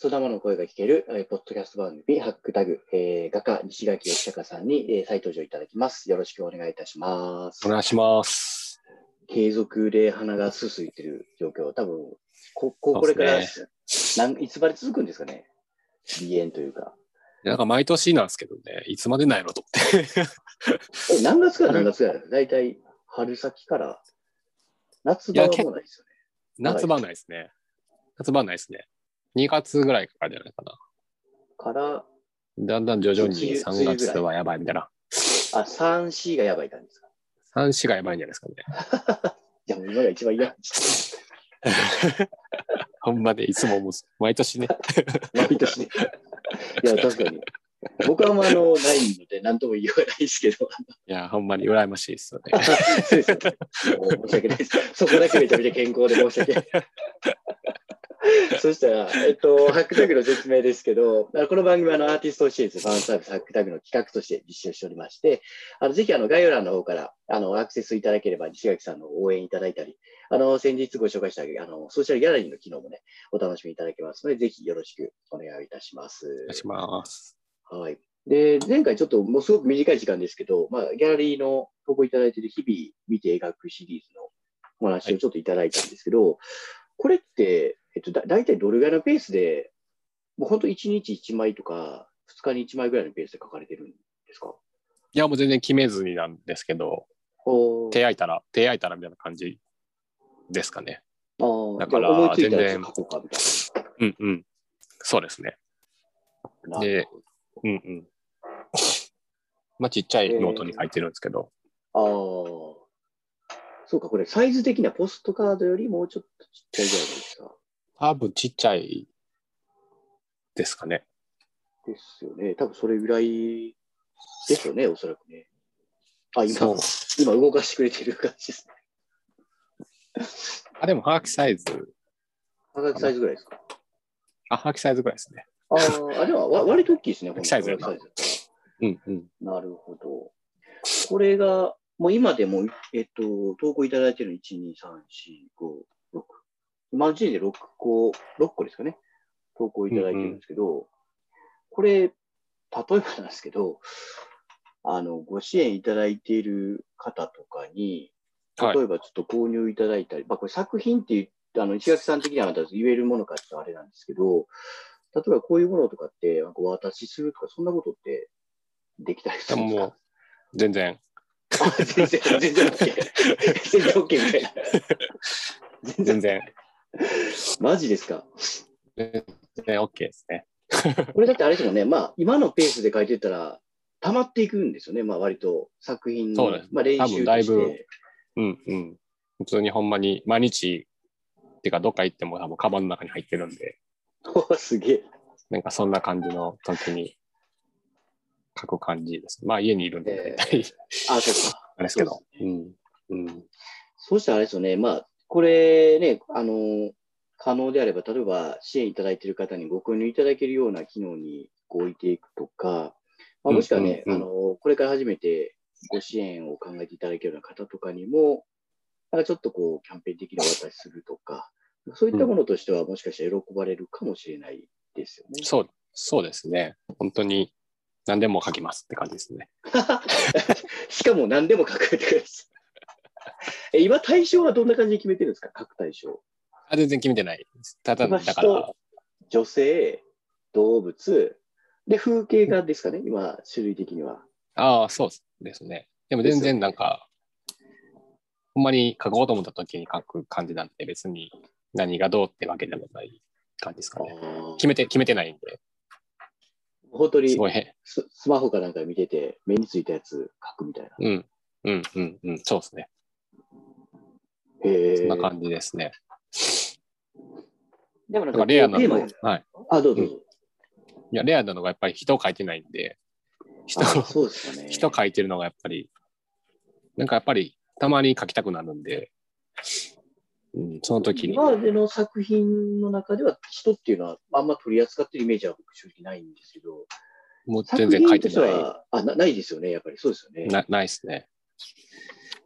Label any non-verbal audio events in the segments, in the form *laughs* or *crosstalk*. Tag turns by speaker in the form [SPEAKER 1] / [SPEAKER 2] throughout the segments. [SPEAKER 1] と生の声が聞ける、えーポッドキャスト番組、ハックタグ、えー画家、西垣義孝さんに、えー再登場いただきます。よろしくお願いいたします
[SPEAKER 2] お。願いします。
[SPEAKER 1] 継続で鼻がすすいてる状況、多分こここ
[SPEAKER 2] そ
[SPEAKER 1] れ
[SPEAKER 2] う
[SPEAKER 1] か
[SPEAKER 2] ですね
[SPEAKER 1] ら、なんいつまで続くんですかね、鼻炎というか。
[SPEAKER 2] なんか毎年なんですけどね、いつまでないのと思って。 *laughs*
[SPEAKER 1] え、何月から何月から大体春先から、夏場はもうないですよね。
[SPEAKER 2] 夏場ないですね。夏場ないですね。2月ぐらいからじゃないかな。
[SPEAKER 1] から、
[SPEAKER 2] だんだん徐々に
[SPEAKER 1] 梅雨
[SPEAKER 2] 3
[SPEAKER 1] 梅雨ぐ
[SPEAKER 2] 月
[SPEAKER 1] らい
[SPEAKER 2] はやばいみたいな。
[SPEAKER 1] あ、3、4がやばい感じですか。
[SPEAKER 2] 3、4がやばいんじゃないですかね。
[SPEAKER 1] いや、もう今が一番嫌。
[SPEAKER 2] ほんまでいつも思うんです。毎年ね。
[SPEAKER 1] 毎 *laughs* 年ね。いや、確かに。僕はもうあの、ないので、何とも言わないですけど、
[SPEAKER 2] いや、ほんまに羨ましいですよね。
[SPEAKER 1] そうですよね。もう申し訳ないです。そこだけめちゃめちゃ健康で申し *laughs* 訳ない。そしたら、えっと、ハックタグの説明ですけど、あのこの番組はあのアーティストを支援するファンサービスハックタグの企画として実施をしておりまして、あのぜひあの概要欄の方からあのアクセスいただければ、西垣さんの応援いただいたり、あの先日ご紹介したあのソーシャルギャラリーの機能もね、お楽しみいただけますので、ぜひよろしくお願いいたします。
[SPEAKER 2] お願いします。
[SPEAKER 1] はい。で、前回ちょっともうすごく短い時間ですけど、まあ、ギャラリーの投稿いただいている日々見て描くシリーズのお話をちょっといただいたんですけど、これって、えっと、だ大体どれぐらいのペースで、もう本当1日1枚とか、2日に1枚ぐらいのペースで書かれてるんですか
[SPEAKER 2] いや、もう全然決めずになんですけど、
[SPEAKER 1] お
[SPEAKER 2] 手空いたら、手空いたらみたいな感じですかね。
[SPEAKER 1] あー
[SPEAKER 2] だから
[SPEAKER 1] じゃあ思いついたや
[SPEAKER 2] 全
[SPEAKER 1] つ
[SPEAKER 2] 然
[SPEAKER 1] 書こうかみたい
[SPEAKER 2] うんうん。そうですね。
[SPEAKER 1] な。
[SPEAKER 2] で
[SPEAKER 1] なるほど
[SPEAKER 2] うんうん。まあ、ちっちゃいノートに書いてるんですけど、
[SPEAKER 1] ああ。そうか、これサイズ的なポストカードよりもうちょっとちっちゃいぐらいですか。
[SPEAKER 2] 多分ちっちゃいですかね。
[SPEAKER 1] ですよね。多分それぐらいですよね、おそらくね。あ、
[SPEAKER 2] そ
[SPEAKER 1] 今
[SPEAKER 2] う、
[SPEAKER 1] 今動かしてくれてる感じですね。
[SPEAKER 2] あ、でも、把握サイズ、
[SPEAKER 1] 半額サイズぐらいですか。
[SPEAKER 2] あ、把握サイズぐらいですね。
[SPEAKER 1] あーあ、でもわ割と大きいですね、
[SPEAKER 2] 半額サイズ
[SPEAKER 1] この半額サイズ
[SPEAKER 2] うんうん。
[SPEAKER 1] なるほど。これが、もう今でも、えっと、投稿いただいてるの1、2、3、4、5、6。今の時点で6個、6個ですかね。投稿いただいてるんですけど、これ、例えばなんですけど、あの、ご支援いただいている方とかに、
[SPEAKER 2] はい
[SPEAKER 1] 例えばちょっと購入いただいたり、まあこれ作品っていう、あの、石垣さん的にはまた言えるものかっていうのはあれなんですけど、例えばこういうものとかって、お渡しするとか、そんなことってできたりす
[SPEAKER 2] で
[SPEAKER 1] る
[SPEAKER 2] も
[SPEAKER 1] んです
[SPEAKER 2] も
[SPEAKER 1] か
[SPEAKER 2] う、全然、
[SPEAKER 1] あ *laughs* 全然、全然 OK。全然 OK みたいな。全
[SPEAKER 2] 全
[SPEAKER 1] 然、
[SPEAKER 2] 然、
[SPEAKER 1] マジですか。
[SPEAKER 2] 全然 OK ですね。
[SPEAKER 1] これだってあれですもんね、まあ、今のペースで書いてたら、溜まっていくんですよね、まあ、割と作品
[SPEAKER 2] そう
[SPEAKER 1] の
[SPEAKER 2] です、
[SPEAKER 1] まあ、練
[SPEAKER 2] 多
[SPEAKER 1] 習
[SPEAKER 2] 分
[SPEAKER 1] と
[SPEAKER 2] だい
[SPEAKER 1] し
[SPEAKER 2] ぶ
[SPEAKER 1] て。
[SPEAKER 2] うんうん。普通にほんまに、毎日、っていうか、どっか行っても多分、カバンの中に入ってるんで、
[SPEAKER 1] *laughs* おすげえ。
[SPEAKER 2] なんかそんな感じの時に書く感じです。まあ、家にいるん
[SPEAKER 1] えー
[SPEAKER 2] で、大体、
[SPEAKER 1] あ、そうか。
[SPEAKER 2] あれですけど
[SPEAKER 1] そ。
[SPEAKER 2] うん。うん。
[SPEAKER 1] そうしたらあれですよね、まあ、これね、あの、可能であれば、例えば支援いただいている方にご購入いただけるような機能にこう置いていくとか、まあ、もしくはね、
[SPEAKER 2] うんうんうん
[SPEAKER 1] あの、これから初めてご支援を考えていただけるような方とかにも、なんかちょっとこう、キャンペーン的にお渡しするとか、そういったものとしては、もしかしたら喜ばれるかもしれないですよね。
[SPEAKER 2] そう、そうですね。本当に何でも書きますって感じですね。
[SPEAKER 1] しかも何でも書くってください。え今、対象はどんな感じで決めてるんですか書く対象。
[SPEAKER 2] あ全然決めてないです。ただ、
[SPEAKER 1] 今
[SPEAKER 2] だから
[SPEAKER 1] 人、女性、動物、で、風景画ですかね、今、種類的には。
[SPEAKER 2] ああ、そうですね。でも全然なんか、ほんまに書こうと思った時に書く感じなんで、別に何がどうってわけでもない感じですかね。決めて、決めてないんで、
[SPEAKER 1] 本当に
[SPEAKER 2] すごいへ、
[SPEAKER 1] ススマホかなんか見てて、目についたやつ書くみたいな。
[SPEAKER 2] うん、うん、うん、うん、そうですね。
[SPEAKER 1] へえ
[SPEAKER 2] そんな感じですね。
[SPEAKER 1] でもな
[SPEAKER 2] なんん
[SPEAKER 1] か
[SPEAKER 2] かレアな
[SPEAKER 1] テー
[SPEAKER 2] の
[SPEAKER 1] マ
[SPEAKER 2] が、はい。
[SPEAKER 1] あ、どうぞどうぞ。
[SPEAKER 2] いや、レアなのがやっぱり人を書いてないんで、人を
[SPEAKER 1] あそうですよね。
[SPEAKER 2] *laughs* 人書いてるのがやっぱり、なんかやっぱりたまに書きたくなるんで、うん、その時に。
[SPEAKER 1] 今までの作品の中では、人っていうのはあんま取り扱ってるイメージは僕、正直ないんですけど、
[SPEAKER 2] もう
[SPEAKER 1] 作
[SPEAKER 2] 全然書
[SPEAKER 1] 品
[SPEAKER 2] い
[SPEAKER 1] とし
[SPEAKER 2] て
[SPEAKER 1] て
[SPEAKER 2] な
[SPEAKER 1] は、あなないですよね、やっぱりそうですよね
[SPEAKER 2] い。。なないですね。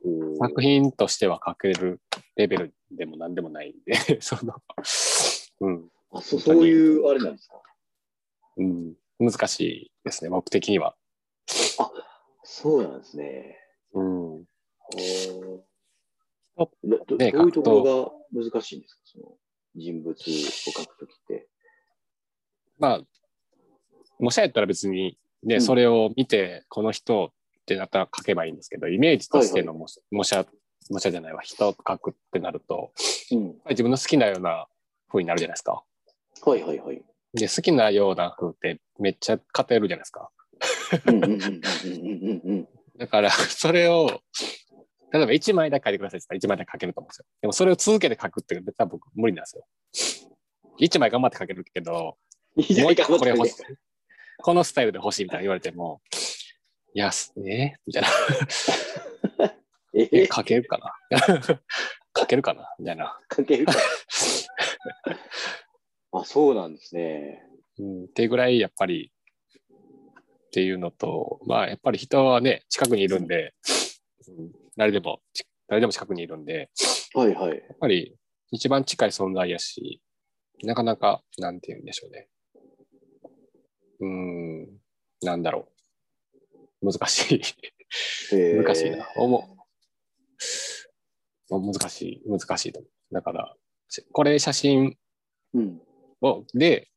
[SPEAKER 1] おー
[SPEAKER 2] 作品 *laughs* としては書けるレベルでも何でもないんで、その、うん。
[SPEAKER 1] あそうそういうあれなんですか。
[SPEAKER 2] うん、難しいですね、僕的には。
[SPEAKER 1] そうなんですね。
[SPEAKER 2] うん。
[SPEAKER 1] あどどどうい
[SPEAKER 2] ね
[SPEAKER 1] うところが難しいんですかその人物を書くときって。
[SPEAKER 2] まあ、模写やったら別に、ね
[SPEAKER 1] うん
[SPEAKER 2] それを見て、この人ってなったら書けばいいんですけど、イメージとしての模写、模写模写じゃないわ、人を書くってなると、
[SPEAKER 1] うん。
[SPEAKER 2] 自分の好きなような風になるじゃないですか。
[SPEAKER 1] はいはいはい。
[SPEAKER 2] で、好きなような風ってめっちゃ偏るじゃないですか。
[SPEAKER 1] うんうんうんうんうんうん
[SPEAKER 2] だから、 *laughs* それを、例えば1枚だけ書いてくださいって言ったら1枚だけ書けると思うんですよ。でもそれを続けて書くって別に僕無理なんですよ。1枚頑張って書けるけど、
[SPEAKER 1] うん。い
[SPEAKER 2] もう一個これ
[SPEAKER 1] や
[SPEAKER 2] 欲しい。このスタイルで欲しいみたいな言われても、いや、すねみたいな。
[SPEAKER 1] え
[SPEAKER 2] え、
[SPEAKER 1] え
[SPEAKER 2] 書けるかな *laughs* 書けるかなみたいな、
[SPEAKER 1] 書ける
[SPEAKER 2] *laughs*
[SPEAKER 1] か。あ、そうなんですね。
[SPEAKER 2] うん。っていうぐらい、やっぱり、っていうのと、まあ、やっぱり人はね、近くにいるんで、うん誰でも、ち誰でも近くにいるんで、
[SPEAKER 1] はいはい。
[SPEAKER 2] やっぱり一番近い存在やし、なかなか、なんて言うんでしょうね。うーん、なんだろう。難しい。
[SPEAKER 1] えー
[SPEAKER 2] 難しいな。おも難しい、難しいと思う。だから、しこれ写真
[SPEAKER 1] うん。
[SPEAKER 2] を、で、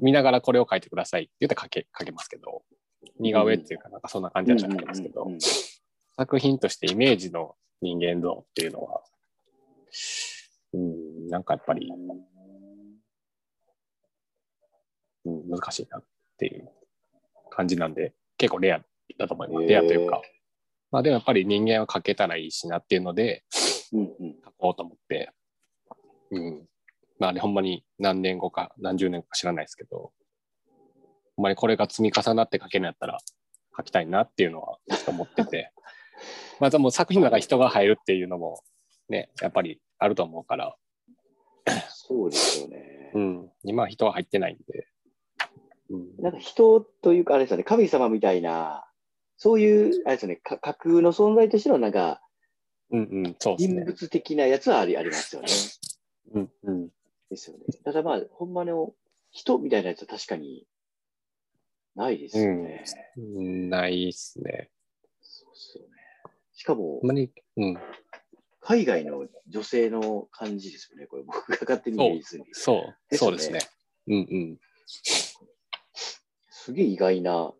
[SPEAKER 2] 見ながらこれを書いてくださいって言って書け、書けますけど、似顔絵っていうか、なんかそんな感じはちょっと書けますけど
[SPEAKER 1] うんう、ん
[SPEAKER 2] 作品としてイメージの人間像っていうのは、うん、なんかやっぱり、うん、難しいなっていう感じなんで、結構レアだと思います。
[SPEAKER 1] へー
[SPEAKER 2] レアというか、まあでもやっぱり人間は描けたらいいしなっていうので、
[SPEAKER 1] うんうん
[SPEAKER 2] 描こうと思って、うん。まあね、ほんまに何年後か、何十年後か知らないですけど、ほんまにこれが積み重なって描けるんやったら描きたいなっていうのはちょっと思ってて、 *laughs* まあでも作品の中に人が入るっていうのもね、やっぱりあると思うから、
[SPEAKER 1] そうですよね。
[SPEAKER 2] うん、今は人は入ってないんで、うん、
[SPEAKER 1] なんか人というか、あれですよね、神様みたいな、そういう、あれですよね、か架空の存在としての、なんか、
[SPEAKER 2] うん、うん、そうです
[SPEAKER 1] 人
[SPEAKER 2] ね。
[SPEAKER 1] 物的なやつはありありますよね。
[SPEAKER 2] うん、うん、
[SPEAKER 1] ですよね。ただまあ、ほんまの人みたいなやつは確かにないですよね。
[SPEAKER 2] うんないっすね。
[SPEAKER 1] そうですよね。しかも
[SPEAKER 2] ほん、まに、うん、
[SPEAKER 1] 海外の女性の感じですよね。これ、僕が勝手にイメージするに。
[SPEAKER 2] そう、
[SPEAKER 1] ですね
[SPEAKER 2] そうですね。うん、うん。
[SPEAKER 1] すげえ意外な。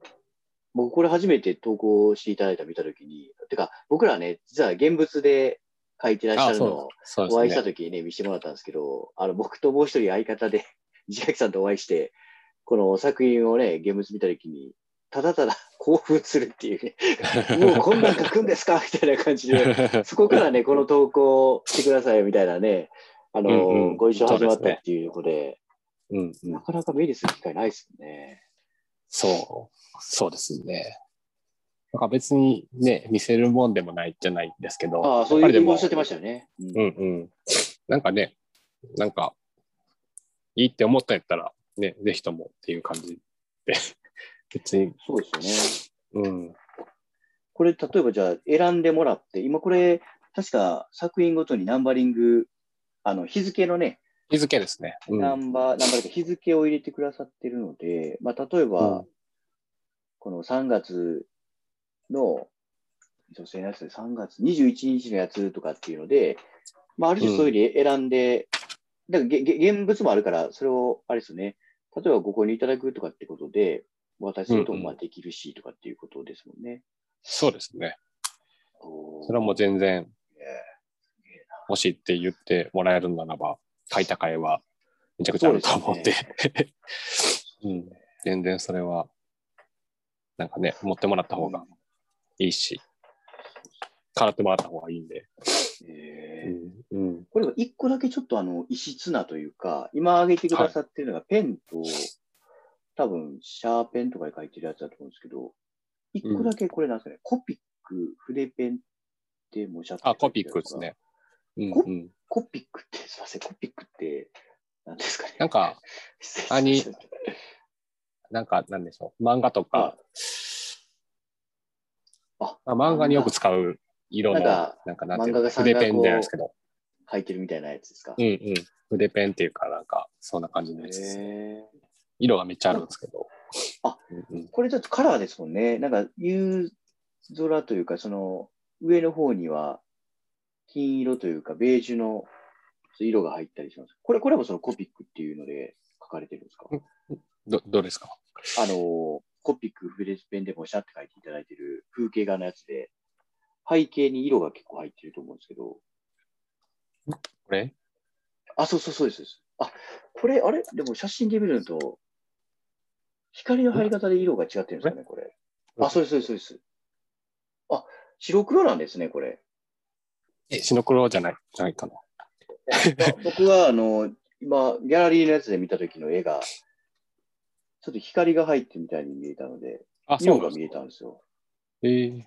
[SPEAKER 1] 僕、これ初めて投稿していただいたの見たときに、てか、僕らね、実は現物で書いてらっしゃ
[SPEAKER 2] あ、
[SPEAKER 1] る
[SPEAKER 2] そ
[SPEAKER 1] の
[SPEAKER 2] う
[SPEAKER 1] を、
[SPEAKER 2] そう
[SPEAKER 1] お会い
[SPEAKER 2] で
[SPEAKER 1] し
[SPEAKER 2] す
[SPEAKER 1] た
[SPEAKER 2] ね。
[SPEAKER 1] 時にね、見せてもらったんですけど、あの、僕ともう一人相方で、 *laughs* 石垣さんとお会いして、この作品をね、現物見た時に、ただただ *laughs* 興奮するって
[SPEAKER 2] *laughs*
[SPEAKER 1] いうね、もうこんなん書くんですかみたいな感じで、そこからね、この投稿をしてくださいよみたいなね、あの、
[SPEAKER 2] うんうん
[SPEAKER 1] ご一緒始まっ
[SPEAKER 2] そうです
[SPEAKER 1] た
[SPEAKER 2] ね
[SPEAKER 1] っていうことで、
[SPEAKER 2] うん、う。
[SPEAKER 1] なんかなか目にする機会ないですよね。
[SPEAKER 2] そう、そうですね。なんか別にね、見せるもんでもないじゃないんですけど、
[SPEAKER 1] ああ、そう
[SPEAKER 2] やっぱり
[SPEAKER 1] い
[SPEAKER 2] で
[SPEAKER 1] うお
[SPEAKER 2] も
[SPEAKER 1] っしゃってましたよね。うん
[SPEAKER 2] うんうん。なんかね、なんか、いいって思ったんやったら、ね、ぜひともっていう感じで、別に、
[SPEAKER 1] そうですよね。
[SPEAKER 2] うん。
[SPEAKER 1] これ、例えばじゃあ選んでもらって、今これ、確か作品ごとにナンバリング、あの、日付のね、
[SPEAKER 2] 日付ですね。うん
[SPEAKER 1] ナンバー、ナンバーで日付を入れてくださってるので、まあ、例えば、
[SPEAKER 2] うん
[SPEAKER 1] この3月の、女性のやつで3月21日のやつとかっていうので、まあ、ある種そういうふうに選んで、だからげげ現物もあるから、それを、あれですよね、例えばご購入いただくとかってことで、お渡しすると
[SPEAKER 2] うんうん
[SPEAKER 1] まあできるしとかっていうことですもんね。
[SPEAKER 2] そうですね。
[SPEAKER 1] おー
[SPEAKER 2] それはもう全然
[SPEAKER 1] ね
[SPEAKER 2] 欲しいって言ってもらえるならば、書いた会はめちゃくちゃあると思って、うん、全然それは、なんかね、持ってもらった方がいいし、払ってもらった方がいいんで。
[SPEAKER 1] えー
[SPEAKER 2] うん、うん、
[SPEAKER 1] これは一個だけちょっとあの異質なというか、今挙げてくださってるのがペンと、多分シャーペンとかで書いてるやつだと思うんですけど、一個だけこれなんですかね、コピック、筆ペンってもうシャーペン
[SPEAKER 2] あ、コピックです。ね。うん、うん。
[SPEAKER 1] コピックって、すいません、コピックって何ですかね。
[SPEAKER 2] なんか、
[SPEAKER 1] *laughs* 失礼し
[SPEAKER 2] あに
[SPEAKER 1] ました、
[SPEAKER 2] なんか、なんでしょう。漫画とか、
[SPEAKER 1] あ
[SPEAKER 2] まあ漫画によく使う色の、
[SPEAKER 1] なんか
[SPEAKER 2] なんか、なんてい
[SPEAKER 1] 漫
[SPEAKER 2] う
[SPEAKER 1] 画
[SPEAKER 2] の、
[SPEAKER 1] が
[SPEAKER 2] 筆ペンじゃないですけど、
[SPEAKER 1] 書いてるみたいなやつですか。
[SPEAKER 2] うんうん。筆ペンっていうか、なんか、そんな感じのやつですね。
[SPEAKER 1] へー
[SPEAKER 2] 色がめっちゃあるんですけど。
[SPEAKER 1] あ
[SPEAKER 2] うんうん、
[SPEAKER 1] これだとカラーですもんね。なんか、夕空というか、その、上の方には、金色というか、ベージュの色が入ったりします。これ、これもそのコピックっていうので書かれてるんですか
[SPEAKER 2] うど、どうですか
[SPEAKER 1] あの、コピック、フレスペンでもシャって書いていただいてる風景画のやつで、背景に色が結構入ってると思うんですけど、
[SPEAKER 2] これ
[SPEAKER 1] あ、そうそうそうですそうです。あ、これ、あれでも写真で見るのと、光の入り方で色が違ってるんですかね、これ。あ、そうです、そうです、そうです。あ、白黒なんですね、こ
[SPEAKER 2] *laughs*
[SPEAKER 1] れ。
[SPEAKER 2] え、白黒じゃない、じゃないかな。
[SPEAKER 1] あ僕は、あの、今、ギャラリーのやつで見た時の絵が、ちょっと光が入ってみたいに見えたので、
[SPEAKER 2] あ、そ
[SPEAKER 1] 色
[SPEAKER 2] うな
[SPEAKER 1] が
[SPEAKER 2] ん
[SPEAKER 1] 見
[SPEAKER 2] で
[SPEAKER 1] え
[SPEAKER 2] すか。
[SPEAKER 1] たんですよ。
[SPEAKER 2] えー、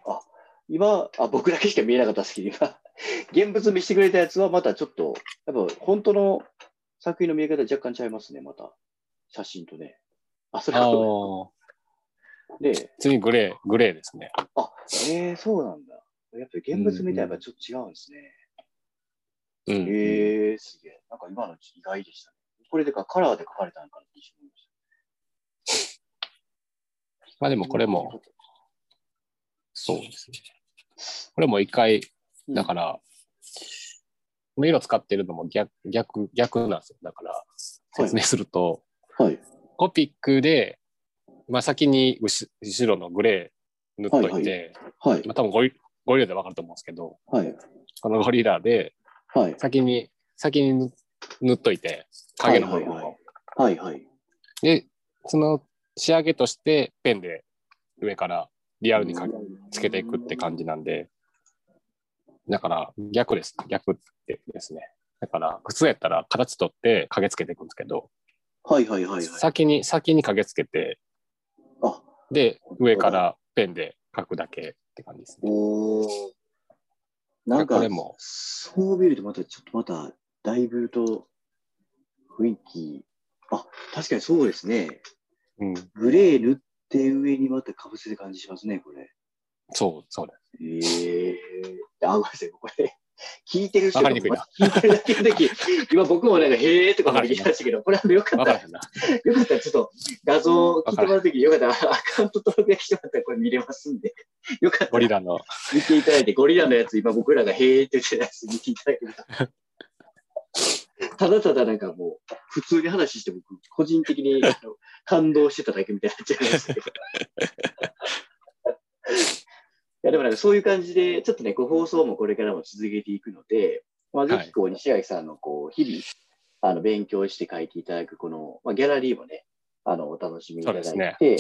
[SPEAKER 1] 今、あ、僕だけしか見えなかったですけど、今、 *laughs* 現物見せてくれたやつはまたちょっと、やっぱ本当の作品の見え方若干ちゃいますね、また。写真とね。あ、それ
[SPEAKER 2] ああ
[SPEAKER 1] は、
[SPEAKER 2] ー、
[SPEAKER 1] で、
[SPEAKER 2] 次グレー、グレーですね。
[SPEAKER 1] あ、えー、そうなんだ。やっぱり現物見たらやっぱちょっと違うんですね。
[SPEAKER 2] うん、うん。
[SPEAKER 1] えー、すげえ。なんか今のうち意外でしたね。これでかカラーで描かれたのかなって一瞬思いまし
[SPEAKER 2] まあでも
[SPEAKER 1] た。
[SPEAKER 2] これも、そうですね。これも一回、
[SPEAKER 1] うん、
[SPEAKER 2] だから、この色使ってるのも逆、逆、逆なんですよ。だから、
[SPEAKER 1] はい
[SPEAKER 2] 説明すると、
[SPEAKER 1] はい。
[SPEAKER 2] コピックで、まあ先に後後ろのグレー塗っといて、
[SPEAKER 1] はい。
[SPEAKER 2] まあ多分ゴリゴリラでわかると思うんですけど、
[SPEAKER 1] はい。
[SPEAKER 2] このゴリラで
[SPEAKER 1] はい。
[SPEAKER 2] 先に、先に塗塗っといて、影の部分を。
[SPEAKER 1] はいはいはい。はい。
[SPEAKER 2] で、その仕上げとしてペンで上からリアルにかつけていくって感じなんで、だから逆です。逆ってですね。だから普通やったら形取って影つけていくんですけど、
[SPEAKER 1] はいはいはいはい。
[SPEAKER 2] 先に、先に影つけて、
[SPEAKER 1] あ、
[SPEAKER 2] で、上からペンで書くだけって感じですね。
[SPEAKER 1] おお。なんか、
[SPEAKER 2] これも
[SPEAKER 1] そう見るとまたちょっとまた、だいぶと雰囲気、あ、確かにそうですね。
[SPEAKER 2] うん。
[SPEAKER 1] グレー塗って上にまたかぶせる感じしますね、これ。
[SPEAKER 2] そう、そうです。
[SPEAKER 1] ええあ、ごめんなさい、これ。聞いてる人
[SPEAKER 2] わか
[SPEAKER 1] が
[SPEAKER 2] りにくいな
[SPEAKER 1] 聞いてるだけの時、今僕もなんか、へえとかまで言いましたけど、これはよか
[SPEAKER 2] わ
[SPEAKER 1] っ
[SPEAKER 2] か
[SPEAKER 1] た
[SPEAKER 2] らへんな。
[SPEAKER 1] よかったら、ちょっと画像を聞いてもらうとき、よかったらアカウント登録してもらったらこれ見れますんで、よかった
[SPEAKER 2] ゴ
[SPEAKER 1] ら
[SPEAKER 2] リラの。
[SPEAKER 1] 見ていただいて、ゴリラのやつ、今僕らがへーって言ってたやつ見ていただ *laughs* けると。ただただなんかもう、普通に話して僕、個人的にあの感動してただけみたいになっちゃいましたけど。いやでもなん *laughs* かそういう感じで、ちょっとね、こう放送もこれからも続けていくので、まあ、ぜひこう西垣さんのこう日々、あの勉強して書いていただく、この、まあ、ギャラリーもね、あのお楽しみいただい
[SPEAKER 2] そうで
[SPEAKER 1] て、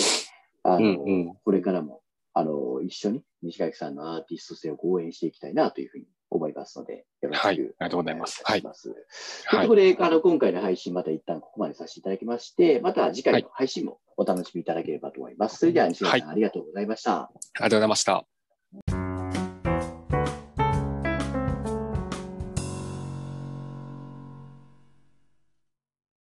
[SPEAKER 1] あの
[SPEAKER 2] うんうん
[SPEAKER 1] これからもあの、一緒に西垣さんのアーティスト性を応援していきたいなというふうに思いますので、よろしくお願
[SPEAKER 2] はい。あり
[SPEAKER 1] い
[SPEAKER 2] がとうございます。はい
[SPEAKER 1] い。たします。という
[SPEAKER 2] は
[SPEAKER 1] こ
[SPEAKER 2] い
[SPEAKER 1] と。で、あの、今回の配信、また一旦ここまでさせていただきまして、また次回の配信もお楽しみいただければと思います。それでは、西垣さん、ありがとうございました。
[SPEAKER 2] ありがとうございました。